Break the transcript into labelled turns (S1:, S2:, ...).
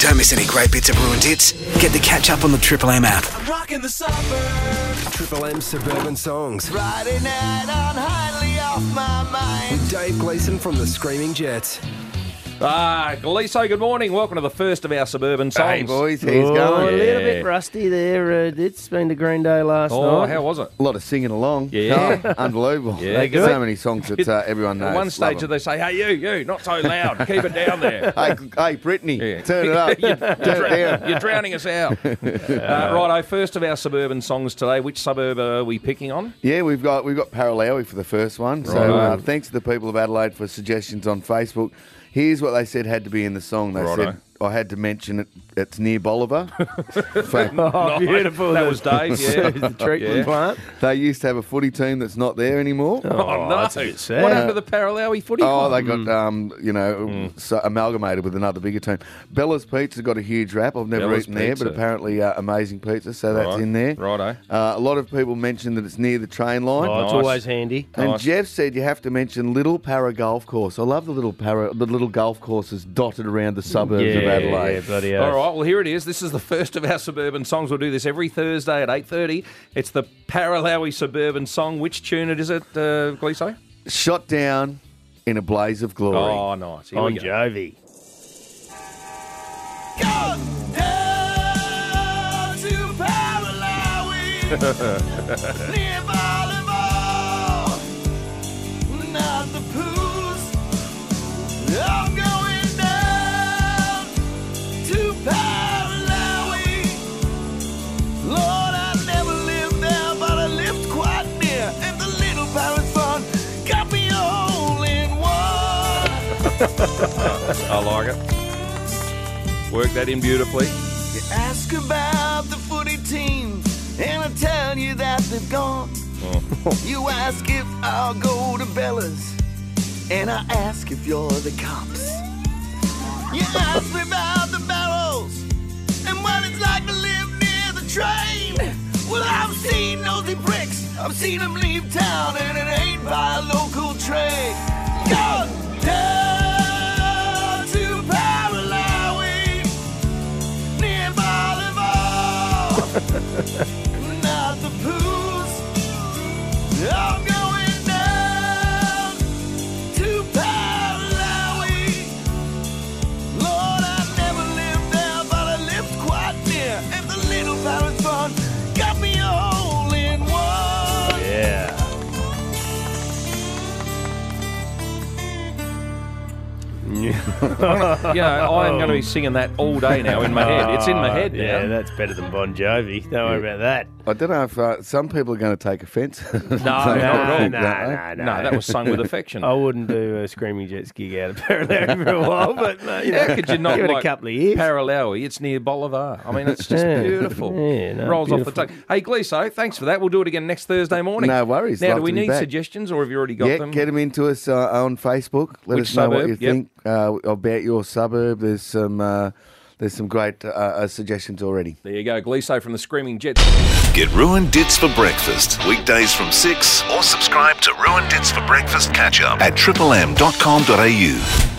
S1: Don't miss any great bits of Ruined Hits. Get the catch up on the Triple M app.
S2: I'm rocking the suburbs.
S3: Triple M Suburban Songs
S2: Friday night, I'm highly off my mind.
S3: with Dave Gleason from the Screaming Jets.
S4: Ah, Galiso, good morning. Welcome to the first of our suburban songs.
S5: Hey boys, he's going.
S6: A little
S4: Yeah.
S6: bit rusty there. Uh, it's been a green day last
S4: Oh,
S6: night.
S4: how was it?
S5: A lot of singing along.
S4: Yeah.
S5: Oh, unbelievable.
S4: Yeah, They do
S5: so
S4: it.
S5: many songs that uh, everyone knows.
S4: At one stage,
S5: Love 'em.
S4: they say, "Hey, you, you, not so loud. Keep it down there."
S5: Hey, hey, Brittany,
S4: Yeah.
S5: turn it up. turn it down.
S4: You're drowning us out. uh, righto, first of our suburban songs today. Which suburb are we picking on?
S5: Yeah, we've got we've got Paralawi for the first one. So uh,
S4: Righto.
S5: thanks to the people of Adelaide for suggestions on Facebook. Here's what they said had to be in the song. They
S4: Righto.
S5: said I had to mention it. It's near Bolivar. Fa-
S6: Oh, beautiful.
S4: That
S6: The-
S4: was Dave. Yeah.
S6: the treatment
S4: Yeah.
S6: plant.
S5: they used to have a footy team that's not there anymore.
S4: Oh, no. What happened to the Paralawi footy
S5: Oh,
S4: club?
S5: they got um, you know
S4: Hmm.
S5: so amalgamated with another bigger team. Bella's Pizza got a huge rap. I've never
S4: Bella's
S5: eaten there,
S4: Pizza.
S5: but apparently uh, amazing pizza. So that's
S4: Right.
S5: in there.
S4: Righto.
S5: Uh, a lot of people mentioned that it's near the train line.
S6: Oh,
S4: Nice.
S6: it's always handy.
S5: And
S4: nice.
S5: Jeff said you have to mention Little Para Golf Course. I love the little para, the little golf courses dotted around the suburbs of Adelaide.
S6: yeah, bloody
S4: All
S6: hell.
S4: right, well here it is. This is the first of our suburban songs. We'll do this every Thursday at eight thirty. It's the Paralawi suburban song. Which tune it is it, uh, Gleeso?
S5: Shot down in a blaze of glory.
S4: Oh, nice. Here
S6: On
S4: we go.
S6: Jovi.
S2: Go down to Paralawi, near Bolivar, not the pools. I'm going down to Paralawi. Lord, I never lived there, but I lived quite near, and the little marathon got me all in one.
S4: I like it. Work that in beautifully.
S2: You ask about the footy team, and I tell you that they've gone. you ask if I'll go to Bella's, and I ask if you're the cops. You ask me about the barrels, and what it's like to live near the train. Well, I've seen nosy bricks, I've seen them leave town, and it ain't by local train. Go down to Paralawi near Bolivar. Not the pools. I'm going down to Parallawi. Lord, I never lived there, but I lived quite near. And the little marathon got me all in one.
S6: Yeah.
S4: You know, I am going to be singing that all day now in my head. It's in my head now.
S6: Oh. Yeah, that's better than Bon Jovi. Don't worry about that.
S5: I don't know if uh, some people are going to take offence. no,
S4: not at all.
S6: no, Oh. no,
S4: No, that was sung with affection.
S6: I wouldn't do a Screaming Jets gig out of Parallel for a while, but uh, you know,
S4: How could Oh, you not
S6: give it
S4: like
S6: a couple of years?
S4: Paralawi, it's near Bolivar. I mean, it's just
S6: Yeah.
S4: beautiful.
S6: Yeah, no,
S4: Rolls
S6: beautiful.
S4: off the tongue. Hey, Gleeso, thanks for that. We'll do it again next Thursday morning.
S5: No worries.
S4: Now,
S5: Love
S4: do
S5: to
S4: we
S5: be
S4: need
S5: back.
S4: suggestions or have you already got
S5: Yeah,
S4: them?
S5: get them into us uh, on Facebook. Let
S4: Which
S5: us know what you
S4: suburb? Yep.
S5: think uh, about your suburb. There's some uh, there's some great uh, uh, suggestions already.
S4: There you go, Gleeso from the Screaming Jets.
S7: Get Ruined Dits for breakfast weekdays from 6 or subscribe to Ruined Dits for breakfast catch up at triplem.com.au.